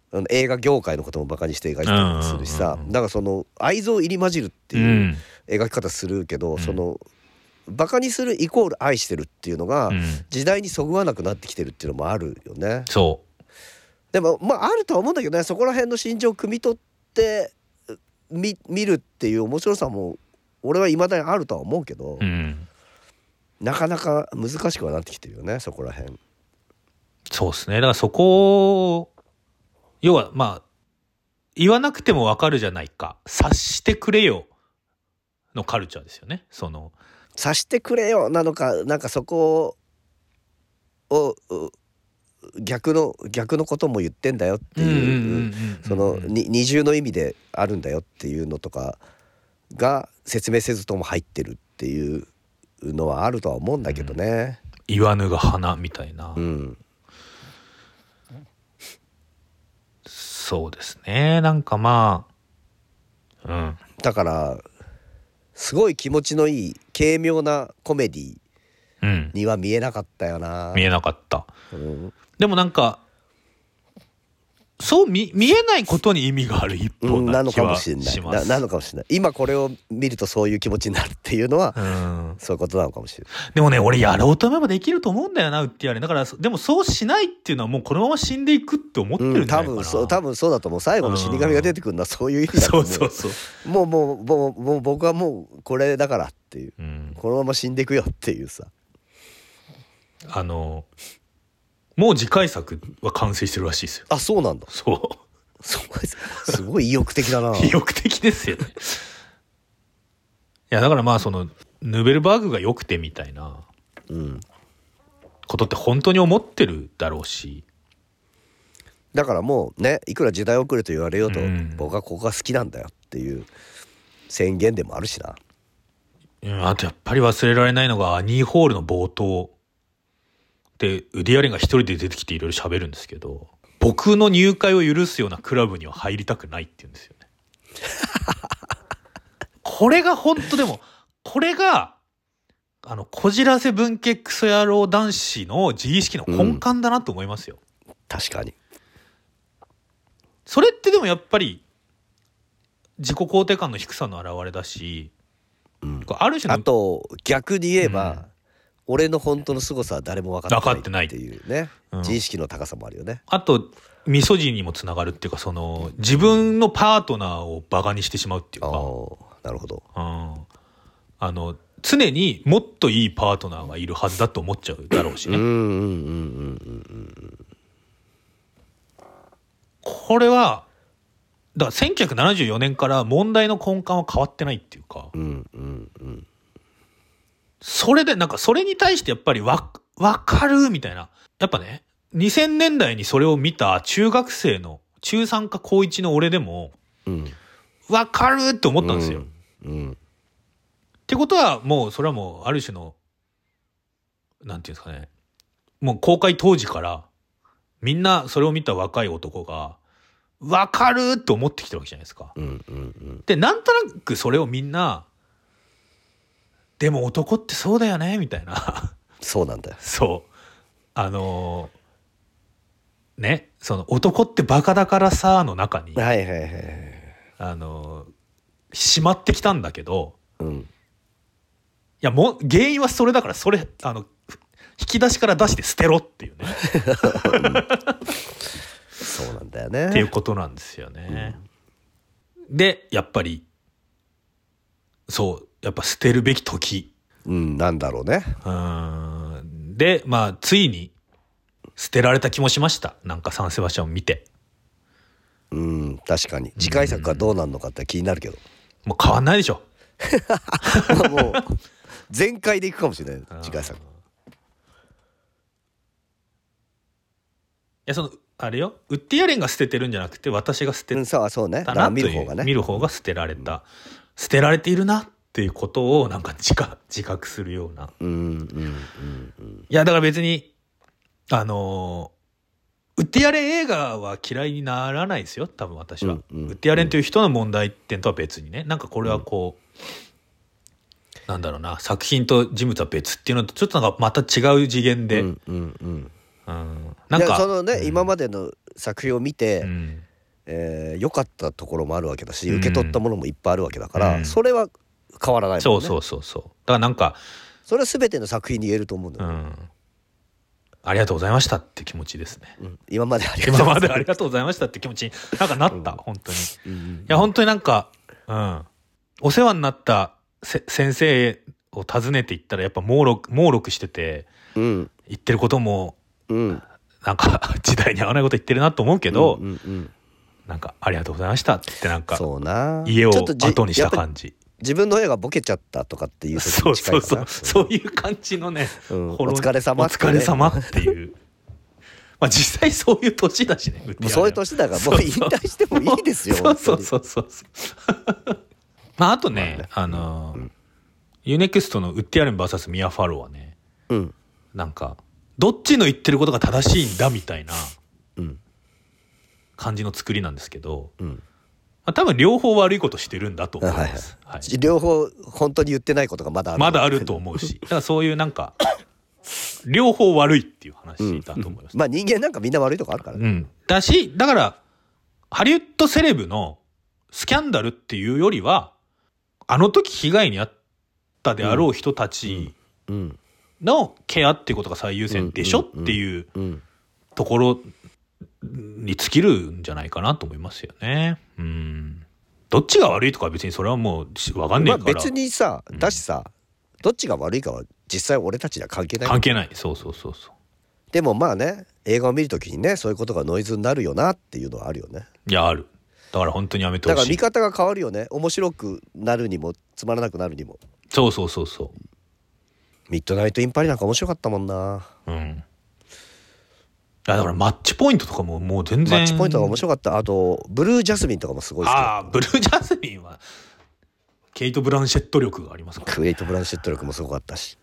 S1: あの映画業界のこともバカにして描いてたりもするし
S2: うんうん
S1: さ
S2: うんうん
S1: だからその愛憎入り混じるって
S2: うんう
S1: いうん描き方するけど、
S2: ん
S1: そのバカにするイコール愛してるっていうのが、
S2: うん
S1: 時代にそぐわなくなってきてるっていうのもあるよね
S2: そ
S1: でもまああるとは思うんだけどねそこら辺の心情を汲み取ってう見見るっていう面白さも俺はいまだにあるとは思うけど、
S2: う、うん、
S1: なかなか難しくはなってきてるよねそこら辺
S2: そうですねだからそこを要はまあ言わなくてもわかるじゃないか察してくれよのカルチャーですよねその
S1: 察してくれよなのかなんかそこをを逆の逆のことも言ってんだよっていうそのに二重の意味であるんだよっていうのとかが説明せずとも入ってるっていうのはあるとは思うんだけどね。
S2: 言わぬが花みたいな、
S1: うん、
S2: そうですねなんかまあうん
S1: だからすごい気持ちのいい軽妙なコメディ
S2: うん、
S1: には見えなかったよな。
S2: 見えなかった
S1: うん
S2: でもなんかそう見見えないことに意味がある一
S1: う
S2: 本
S1: んな
S2: な
S1: の
S2: 気
S1: かも
S2: は
S1: し
S2: し
S1: れない
S2: ま
S1: な
S2: す
S1: なのかもしれない今これを見るとそういう気持ちになるっていうのは、
S2: うん、
S1: そういうことなのかもしれない
S2: でもね俺やろうと思えばできると思うんだよなウッディアレンだからそでもそうしないっていうのはもうこのまま死んでいくって思って
S1: う
S2: る
S1: ん
S2: んじゃな
S1: 多
S2: いかな、
S1: 分そう多分そうだと思う最後の死神が出てくるのはそういう意味だと
S2: そう
S1: 思う
S2: そうそう、
S1: もうもうもうもう僕はもうこれだからっていう
S2: うん、
S1: このまま死んでいくよっていうさ
S2: あのもう次回作は完成してるらしいですよ
S1: あそうなんだ
S2: そ
S1: すごい [laughs] すごい意欲的だな
S2: う [laughs] 意欲的ですよねいやだからまあそのヌーベルバーグが良くてみたいな
S1: うん、
S2: ことって本当に思ってるだろうし、
S1: だからもうねいくら時代遅れと言われようと、
S2: うん
S1: 僕はここが好きなんだよっていう宣言でもあるしな
S2: うんあとやっぱり忘れられないのがアニーホールの冒頭でウディアレンが一人で出てきていろいろ喋るんですけど僕の入会を許すようなクラブには入りたくないって言うんですよ
S1: [laughs]
S2: ね。これが本当でも、これが、あの、こじらせ文系クソ野郎男子の自意識の根幹だなと思いますよ。
S1: 確かに
S2: それってでもやっぱり、自己肯定感の低さの表れだし、
S1: うん
S2: こうある種
S1: あ
S2: の
S1: と逆に言えば、
S2: うん
S1: 俺の本当の凄さは誰も分かってないっていうね、
S2: うん
S1: 自意識の高さもあるよね
S2: あと、ミソジにもつながるっていうか、その、自分のパートナーをバカにしてしまうっていう
S1: ああ
S2: か、
S1: なるほど
S2: うんあの、常にもっといいパートナーがいるはずだと思っちゃうだろうし
S1: うんうん
S2: ね。
S1: うんうん
S2: これは、だから1974年から問題の根幹は変わってないっていうか、
S1: うんうんうん
S2: それで、なんかそれに対してやっぱりわ、わかるみたいな。やっぱね、2000年代にそれを見た中学生の、中3か高1の俺でも、
S1: うん
S2: わかるって思ったんですよ。
S1: うん
S2: ってことはもうそれはもうある種のなんていうんですかねもう公開当時からみんなそれを見た若い男がわかるって思ってきてるわけじゃないですか。
S1: うんうんうん
S2: でなんとなくそれをみんなでも男ってそうだよねみたいな [laughs]
S1: そうなんだよ
S2: そうあのーねその男ってバカだからさの中に
S1: はいはいはいはい
S2: あのーしまってきたんだけど
S1: うん
S2: いや、もう、原因はそれだから、それ、あの、引き出しから出して捨てろっていうね、
S1: [laughs] そうなんだよ
S2: っていう
S1: ね
S2: ことなんですよね。で、やっぱり、そう、やっぱ捨てるべき時。
S1: うんなんだろうね
S2: うーん。で、まあ、ついに、捨てられた気もしました。なんかサンセバスチャンを見て。
S1: うん確かに次回作がどうなるのかって気になるけど、
S2: もう変わんないでしょ。
S1: まあもう全開でいくかもしれない次回作
S2: いや、その、あれよ。ウッディアレンが捨ててるんじゃなくて、私が捨て
S1: うんそうあそうねだ
S2: だ
S1: から
S2: な
S1: 見
S2: と
S1: る
S2: いう
S1: 方がね
S2: 見る方が捨てられた、捨てられているなっていうことをなんか自覚自覚するような
S1: うんうんうん
S2: いやだから別にあのーウッディアレン映画は嫌いにならないですよ多分私は、
S1: うんうん
S2: ウッディアレンという人の問題点とは別にねなんかこれはこう、なんだろうな作品と人物は別っていうのとちょっとなんかまた違う次元で、
S1: う
S2: うん
S1: んうんうん
S2: なん
S1: いや
S2: か
S1: そのね、
S2: うん
S1: 今までの作品を見て、
S2: うん
S1: えー良かったところもあるわけだし、
S2: うん
S1: 受け取ったものもいっぱいあるわけだから、
S2: うん
S1: それは変わらないもんね
S2: そうそうそうそうだからなんか
S1: それは全ての作品に言えると思うんだ
S2: う
S1: よ、
S2: んありがとうございましたって気持ちですね
S1: うん今までありがとうご
S2: 今
S1: ざ
S2: ま
S1: いま
S2: でありがとうございましたって気持ちになんかなった、本当に。い
S1: すうん
S2: や、本当になんか、うん。お世話になったせ先生を訪ねていったら、やっぱ盲録、盲録してて、
S1: うん
S2: 言ってることも、
S1: うん
S2: なんか [laughs] 時代に合わないこと言ってるなと思うけど、
S1: うんうんうん
S2: なんか、ありがとうございましたって言って、なんか、
S1: そうな
S2: 家を
S1: ちょっとじ
S2: 後にした
S1: やっぱり
S2: 感じ。
S1: 自分の絵がボケちゃったとかっていう時
S2: そう
S1: に近
S2: そ
S1: いうか
S2: そ
S1: な
S2: う。そういう感じのね、
S1: うん
S2: ほろ
S1: お疲れ様
S2: お疲れ様っていう。まあ実際そういう年だしね。
S1: もうそういう年だからもう引退してもいいですよ
S2: [laughs] そうそう
S1: う
S2: そうそうそう。 [laughs] まああとね、あのー、ユネクストのウッディアレン VS ミア・ファローはね、
S1: うん
S2: なんか、どっちの言ってることが正しいんだみたいな
S1: うん
S2: 感じの作りなんですけど、
S1: うん
S2: まあ、多分両方悪いことしてるんだと思います。はい
S1: 両方本当に言ってないことがまだある
S2: まだあると思う [laughs] し、だからそういうなんか、両方悪いっていう話だと思います。
S1: まあ人間なんかみんな悪いとこあるからね
S2: うん。だし、だから、ハリウッドセレブのスキャンダルっていうよりは、あの時被害に遭ったであろう人たち
S1: うん
S2: のケアっていうことが最優先でしょ
S1: うん
S2: っていう
S1: うん
S2: ところに尽きるんじゃないかなと思いますよね。うん。どっちが悪いとかは別にそれはもうしわかんね
S1: ま
S2: え
S1: あ
S2: から。
S1: 別にさだしさ、どっちが悪いかは実際俺たちには関係ない
S2: 関係ない。そうそうそうそう。
S1: でもまあね映画を見るときにねそういうことがノイズになるよなっていうのはあるよね
S2: いや、ある。だから本当にやめて
S1: だ
S2: ほ
S1: から
S2: し
S1: 見
S2: い。
S1: 方が変わるよね面白くなるにもつまらなくなるにも
S2: そうそうそうそ
S1: ミッドナイトインパリなんか面白かったもんな
S2: う。うん。いや、だからマッチポイントとかももう全
S1: マ
S2: 然。
S1: ッチポイントが面白かったあとブルージャスミンとかもすごい好き
S2: ああ、ブルージャスミンは、ケイト・ブランシェット力がありますから。い
S1: ケイト・ブランシェット力もすごかったし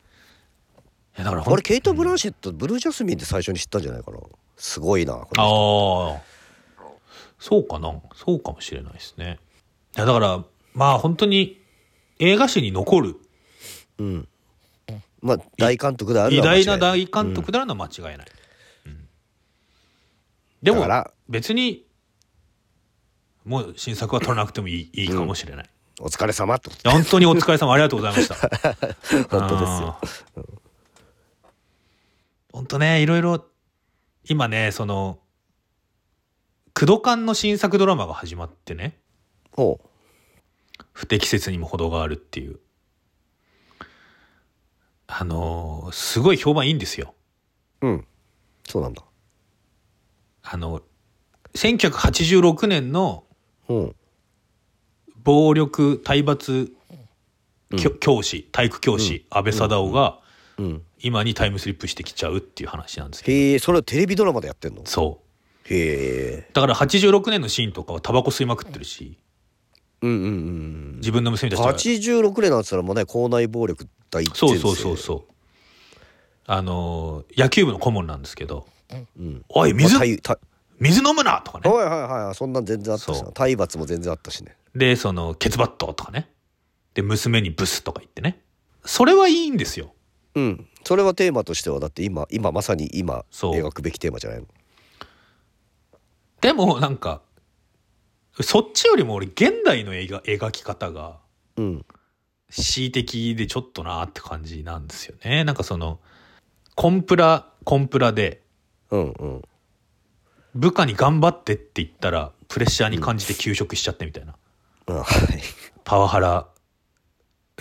S2: や、だからほん
S1: あれケイト・ブランシェットブルージャスミンって最初に知ったんじゃないかなすごいなこの人
S2: ああ。そうかな。そうかもしれないですね。いや、だから、まあ本当に映画史に残る
S1: まあ大監督である
S2: 偉
S1: のは間違
S2: 大
S1: いな
S2: ない大監督であるのは間違いない。うんでも
S1: だから、
S2: 別に、もう新作は取らなくてもいいいいかもしれない。
S1: お疲れ様ってこと
S2: いや本当にお疲れ様ありがとうございました。
S1: 本当ですよ。
S2: あー。本当ね、いろいろ、今ね、その、クドカンの新作ドラマが始まってね、
S1: ほう
S2: 不適切にも程があるっていう。あのーすごい評判いいんですよ。
S1: うんそうなんだ
S2: あの、1986年の
S1: うん
S2: 暴力体罰教,、教師、体育教師、安倍貞夫が
S1: うん
S2: 今にタイムスリップしてきちゃうっていう話なんですけど。
S1: へえそれをテレビドラマでやってんの
S2: そう。
S1: へえ
S2: だから86年のシーンとかはタバコ吸いまくってるし、
S1: うんうんうん
S2: 自分の娘たちが。
S1: 86年なんて言ったらもうね校内暴力第一
S2: そうそうそうそう。あのー野球部の顧問なんですけど、
S1: うん
S2: おい、
S1: まあ
S2: 水、
S1: 体体
S2: 水飲むなとかね。
S1: はいはいはいそんなん全然あったし
S2: そ
S1: な
S2: う
S1: 体罰も全然あったしね
S2: で、その、ケツバットとかね。で、娘にブスとか言ってね。それはいいんですよ。
S1: うんそれはテーマとしてはだって今今まさに今
S2: そう
S1: 描くべきテーマじゃないの
S2: でも、なんか、そっちよりも俺、現代の映画、描き方が、
S1: うん
S2: 恣意的でちょっとなーって感じなんですよね。なんかその、コンプラ、コンプラで、
S1: うんうん
S2: 部下に頑張ってって言ったらプレッシャーに感じて休職しちゃってみたいな、
S1: あはい
S2: パワハラ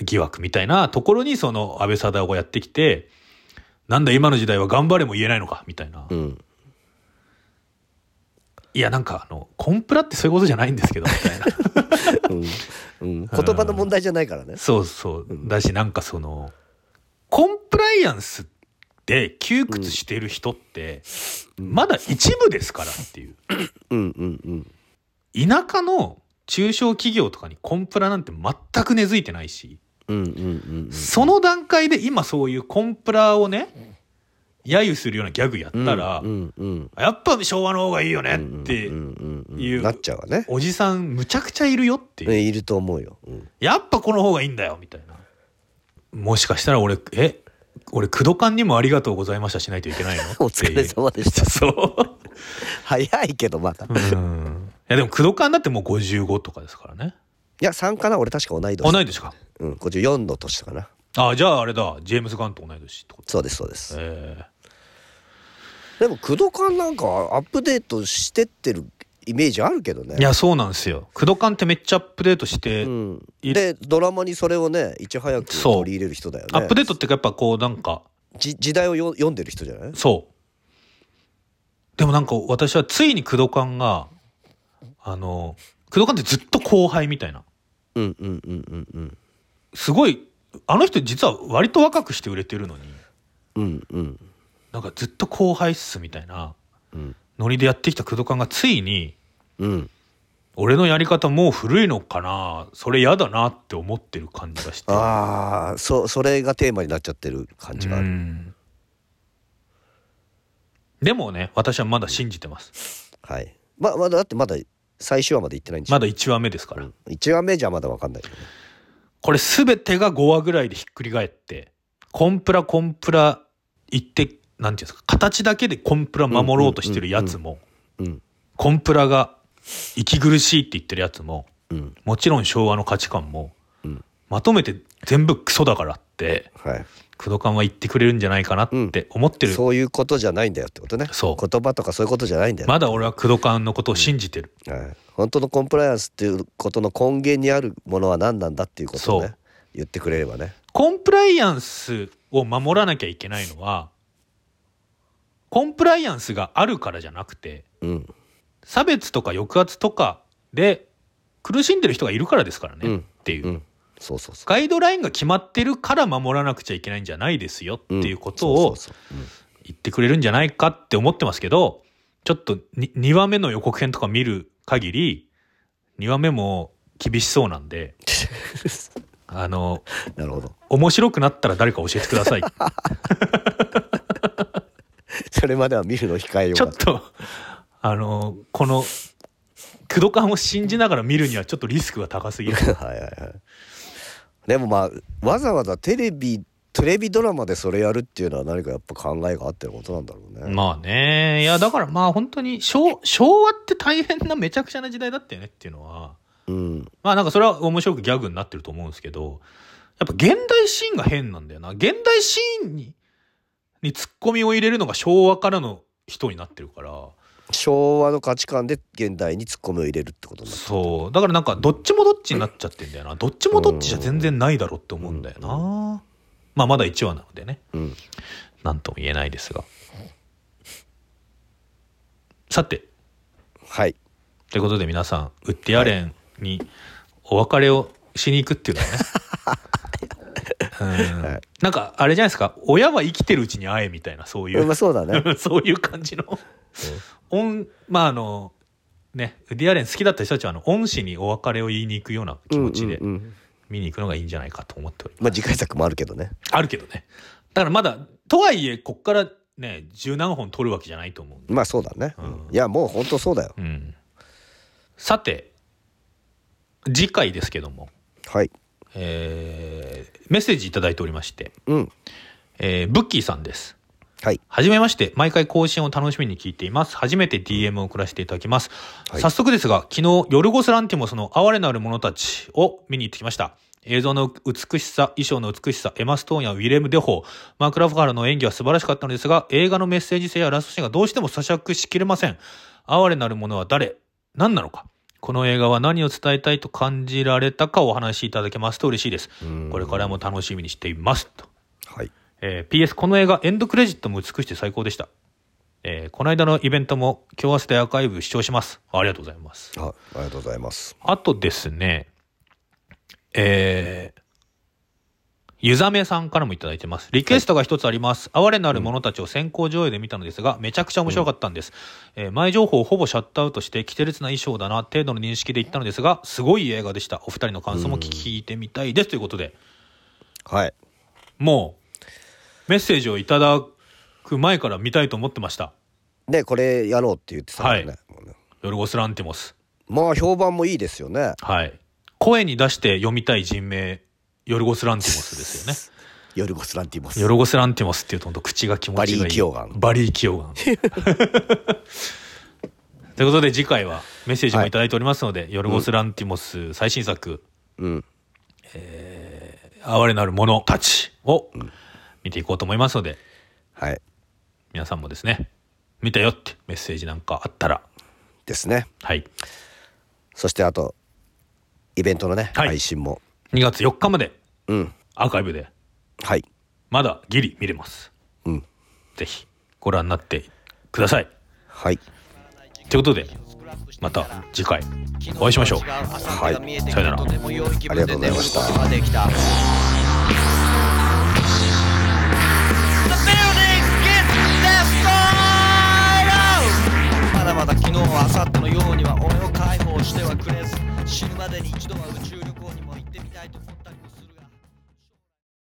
S2: 疑惑みたいなところにその安倍貞夫がやってきてなんだ今の時代は頑張れも言えないのかみたいな、
S1: うん
S2: いやなんかあのコンプラってそういうことじゃないんですけどみたいな
S1: うんうん言葉の問題じゃないからね
S2: そうそうだしなんかそのコンプライアンスで窮屈してる人って、まだ一部ですからっていう
S1: うんうんうん
S2: 田舎の中小企業とかにコンプラなんて全く根付いてないし
S1: うんうんうん
S2: その段階で今そういうコンプラをね、揶揄するようなギャグやっ
S1: うん
S2: たら、
S1: うんうん
S2: やっぱ昭和の方がいいよねって
S1: うん、うんうん
S2: いう
S1: なっちゃうわね
S2: おじさんむちゃくちゃいるよっていう、
S1: ねいると思うよ
S2: [laughs]
S1: うん
S2: やっぱこの方がいいんだよみたいな。もしかしたら俺、え、俺、クドカンにもありがとうございましたしないといけないの
S1: [laughs] お疲れ様でした
S2: っていうそう。
S1: 早いけどまだ
S2: うん。いやでも、クドカンだってもう55とかですからね。
S1: いや3かな俺確か同い
S2: 同
S1: 年
S2: い年か。
S1: うん54の年かな
S2: あ、じゃああれだ、ジェームス・ガンと同い年ってこと。
S1: そうですそうです
S2: ええ
S1: でも工藤館なんかアップデートしてってるイメージあるけどね
S2: いや、そうなんですよ。クドカンってめっちゃアップデートして、
S1: うん、
S2: い
S1: でドラマにそれをねいち早く
S2: そう
S1: 取り入れる人だよね
S2: アップデートっていうかやっぱこうなんか
S1: じ時代をよ読んでる人じゃない
S2: そうでもなんか私はついに工藤館があの工藤館ってずっと後輩みたいな
S1: うんうんうんうんうん
S2: すごいあの人実は割と若くして売れてるのに
S1: うんうん
S2: なんかずっと後輩っすみたいな
S1: うん
S2: ノリでやってきた工藤館がついに
S1: うん
S2: 俺のやり方もう古いのかなそれ嫌だなって思ってる感じがして
S1: ああそそれがテーマになっちゃってる感じがあ
S2: う
S1: る、
S2: んでもね私はまだ信じてます
S1: はいままだだってまだ最終話まで行ってないんでしょ、
S2: まだ1話目ですから
S1: 1話目じゃまだわかんないけどね
S2: これ全てが5話ぐらいでひっくり返ってコンプラコンプラ言ってなんていうんですか形だけでコンプラ守ろうとしてるやつも
S1: うん
S2: コンプラが息苦しいって言ってるやつも
S1: うん
S2: もちろん昭和の価値観も
S1: うん
S2: まとめて全部クソだからって
S1: はい
S2: 工藤官は言ってくれるんじゃないかなって思ってる、
S1: そういうことじゃないんだよってことね
S2: そう
S1: 言葉とかそういうことじゃないんだよ、
S2: まだ俺は工藤官のことを信じてる、
S1: はい、本当のコンプライアンスっていうことの根源にあるものは何なんだっていうことを
S2: そ
S1: ね
S2: う
S1: 言ってくれればね
S2: コンプライアンスを守らなきゃいけないのはコンプライアンスがあるからじゃなくて
S1: うん
S2: 差別とか抑圧とかで苦しんでる人がいるからですからね、
S1: うん
S2: っていう、
S1: うんそうそうそう
S2: ガイドラインが決まってるから守らなくちゃいけないんじゃないですよっていうこと
S1: うん
S2: を
S1: そうそうそう
S2: 言ってくれるんじゃないかって思ってますけどちょっと 2, 話目の予告編とか見る限り2話目も厳しそうな
S1: [laughs]
S2: んであの
S1: うんなるほど [laughs]
S2: 面白くなったら誰か教えてください
S1: それまでは見るの控えよう
S2: ちょ
S1: か
S2: っと、あの、この、クドカンを信じながら見るにはちょっとリスクが高すぎる。
S1: とはいはいはいでもまあわざわざテレビテレビドラマでそれやるっていうのは何かやっぱ考えがあってのことなんだろうね、
S2: まあね。いや、だからまあ本当に、昭昭和って大変なめちゃくちゃな時代だったよねっていうのは。
S1: うん
S2: まあなんかそれは面白くギャグになってると思うんですけど、やっぱ現代シーンが変なんだよな。現代シーンに、にツッコミを入れるのが昭和からの人になってるから。
S1: 昭和の価値観で現代にツッコミを入れるってことになって
S2: そう。だからなんかどっちもどっちになっちゃってんだよな。どっちもどっちじゃ全然ないだろうって思うんだよ
S1: う
S2: な。まあまだ1話なのでね。
S1: うん
S2: なんとも言えないですが。さて、
S1: はい
S2: ということで皆さん、ウッディアレンにお別れをしに行くっていうのはね。うん
S1: [laughs] はい
S2: なんかあれじゃないですか親は生きてるうちに会えみたいなそういう
S1: まあそうだ
S2: [laughs]
S1: ね
S2: そういう感じの、恩まああのねウッディアレン好きだった人たちはあの恩師にお別れを言いに行くような気持ちで
S1: うんうんうん
S2: 見に行くのがいいんじゃないかと思っております
S1: まあ次回作もあるけどね
S2: あるけどね。だからまだ、とはいえ、こっからね、十何本取るわけじゃないと思うんで。
S1: まあそうだね、
S2: うん
S1: いやもう本当そうだよ
S2: うん。さて、次回ですけども、
S1: はい
S2: えーメッセージいただいておりまして、
S1: うん
S2: えーブッキーさんです。
S1: はい
S2: はじめまして。毎回更新を楽しみに聞いています。初めて DM を送らせていただきます。
S1: はい
S2: 早速ですが、昨日、ヨルゴス・ランティモスの哀れなる者たちを見に行ってきました。映像の美しさ、衣装の美しさ、エマ・ストーンやウィレム・デホー、マーク・ラファールの演技は素晴らしかったのですが、映画のメッセージ性やラストシーンがどうしても咀嚼しきれません。哀れなる者は誰何なのかこの映画は何を伝えたいと感じられたかをお話しいただけますと嬉しいです。これからも楽しみにしています。と
S1: はい
S2: えー PS この映画エンドクレジットも美しくて最高でした、えーこの間のイベントも今日明日でアーカイブ視聴しますありがとうございます
S1: あありがとうございます
S2: あとですねえーゆざめさんからもいただいてます。リクエストが一つあります。哀れなる者たちを先行上映で見たのですが、めちゃくちゃ面白かったんです。えー前情報をほぼシャットアウトして、奇烈な衣装だな、程度の認識で言ったのですが、すごい映画でした。お二人の感想も聞いてみたいです。ということで、
S1: はい
S2: もう、メッセージをいただく前から見たいと思ってました。
S1: でこれやろうって言ってたからね,、
S2: は
S1: もうね
S2: ヨルゴス・ランティモス。
S1: まあ評判もいいですよね
S2: はい。声に出して読みたい人名、ヨルゴス・ランティモスで
S1: [laughs]
S2: すよね。
S1: ヨルゴス・ランティモス
S2: ヨルゴス・ランティモスっていうと、ほんと口が気持ちがいい。
S1: バリーキヨガン
S2: バリーキヨガ [laughs] ンということで、次回はメッセージもいただいておりますので、ヨルゴス・ランティモス最新作、
S1: うん
S2: 哀れなる者たちを見ていこうと思いますので、
S1: はい
S2: 皆さんもですね、見たよってメッセージなんかあったら、
S1: ですね
S2: はい。
S1: そしてあとイベントのね、
S2: はい
S1: 配信も
S2: 2月4日まで
S1: うん
S2: アーカイブで
S1: はい
S2: まだギリ見れます
S1: うん
S2: ぜひご覧になってください
S1: はい
S2: ということでまた次回お会いしましょう
S1: はい
S2: さよなら
S1: ありがとうございました
S3: た The building gets that far out まだまだ昨日明後日のようには俺を解放してはくれず死ぬまでに一度は宇宙旅行